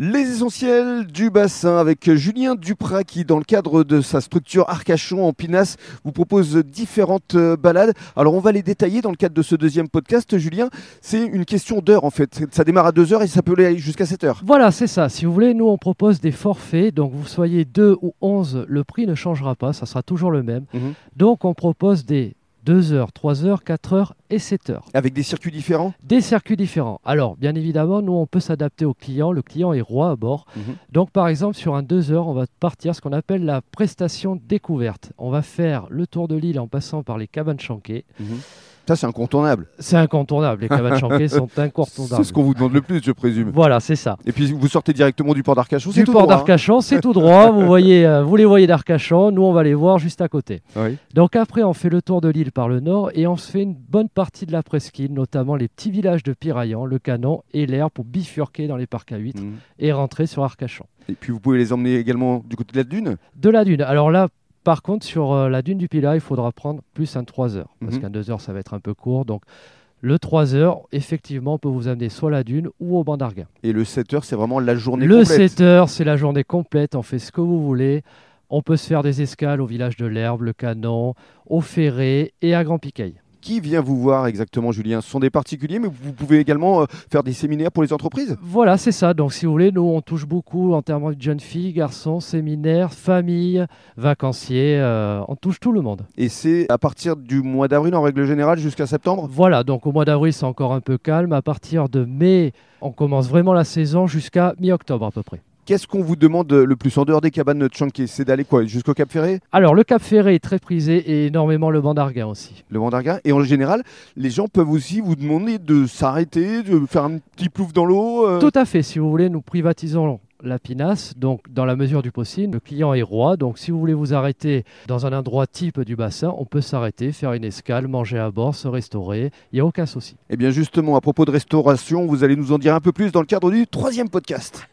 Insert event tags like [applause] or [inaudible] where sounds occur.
Les essentiels du bassin avec Julien Duprat qui, dans le cadre de sa structure Arcachon en Pinasse, vous propose différentes euh, balades. Alors, on va les détailler dans le cadre de ce deuxième podcast. Julien, c'est une question d'heure en fait. Ça démarre à 2 heures et ça peut aller jusqu'à 7 heures. Voilà, c'est ça. Si vous voulez, nous, on propose des forfaits. Donc, vous soyez 2 ou 11, le prix ne changera pas. Ça sera toujours le même. Mhm. Donc, on propose des 2 heures, 3 heures, 4 heures et 7 heures. Avec des circuits différents Des circuits différents. Alors, bien évidemment, nous, on peut s'adapter au client. Le client est roi à bord. Mhm. Donc, par exemple, sur un 2 heures, on va partir ce qu'on appelle la prestation découverte. On va faire le tour de l'île en passant par les cabanes chanquées. Ça, c'est incontournable. C'est incontournable. [laughs] Les cabanes chanquées sont incontournables. C'est ce qu'on vous demande le plus, je présume. Voilà, c'est ça. Et puis, vous sortez directement du port d'Arcachon. Du c'est tout port droit, hein. d'Arcachon, c'est [laughs] tout droit. vous, voyez, euh, vous les voyez d'Arcachon, nous on va les voir juste à côté. hein. Oui. Donc après, on fait le tour de l'île par le nord et on se fait une bonne partie de la presqu'île, notamment les petits villages de Piraillan, le Canon et l'air pour bifurquer dans les parcs à huîtres Mhm. et rentrer sur Arcachon. Et puis, vous pouvez les emmener également du côté de la dune. De la dune. Alors là, par contre, sur euh, la dune du Pilat, il faudra prendre plus un 3 heures. Parce Mhm. qu'un 2 heures, ça va être un peu court. Donc le 3 heures, effectivement, on peut vous amener soit à la dune ou au banc d'Arguin. Et le 7 heures, c'est vraiment la journée Le complète. 7 heures, c'est la journée complète, on fait ce que vous voulez. On peut se faire des escales au village de l'Herbe, le Canon, au Ferré et à Grand Piquet. Qui vient vous voir exactement, Julien Ce sont des particuliers, mais vous pouvez également euh, faire des séminaires pour les entreprises. Voilà, c'est ça. Donc, si vous voulez, nous, on touche beaucoup en termes de jeunes filles, garçons, séminaires, familles, vacanciers. euh, on touche tout le monde. Et c'est à partir du mois d'avril, en règle générale, jusqu'à septembre. Voilà, donc au mois d'avril, c'est encore un peu calme. À partir de mai, on commence vraiment la saison jusqu'à mi-octobre à peu près. Qu'est-ce qu'on vous demande euh, le plus en dehors des cabanes de Tchanké C'est d'aller quoi Jusqu'au Cap Ferré, Alors, le Cap Ferré est très prisé et énormément le banc d'Arguin aussi. le Mandarguin Et en général, les gens peuvent aussi vous demander de s'arrêter, de faire un petit plouf dans l'eau. euh. Tout à fait. Si vous voulez, nous privatisons la pinasse, donc dans la mesure du possible, le client est roi. Donc si vous voulez vous arrêter dans un endroit type du bassin, on peut s'arrêter, faire une escale, manger à bord, se restaurer. Il n'y a aucun souci. Eh bien justement, à propos de restauration, vous allez nous en dire un peu plus dans le cadre du troisième podcast.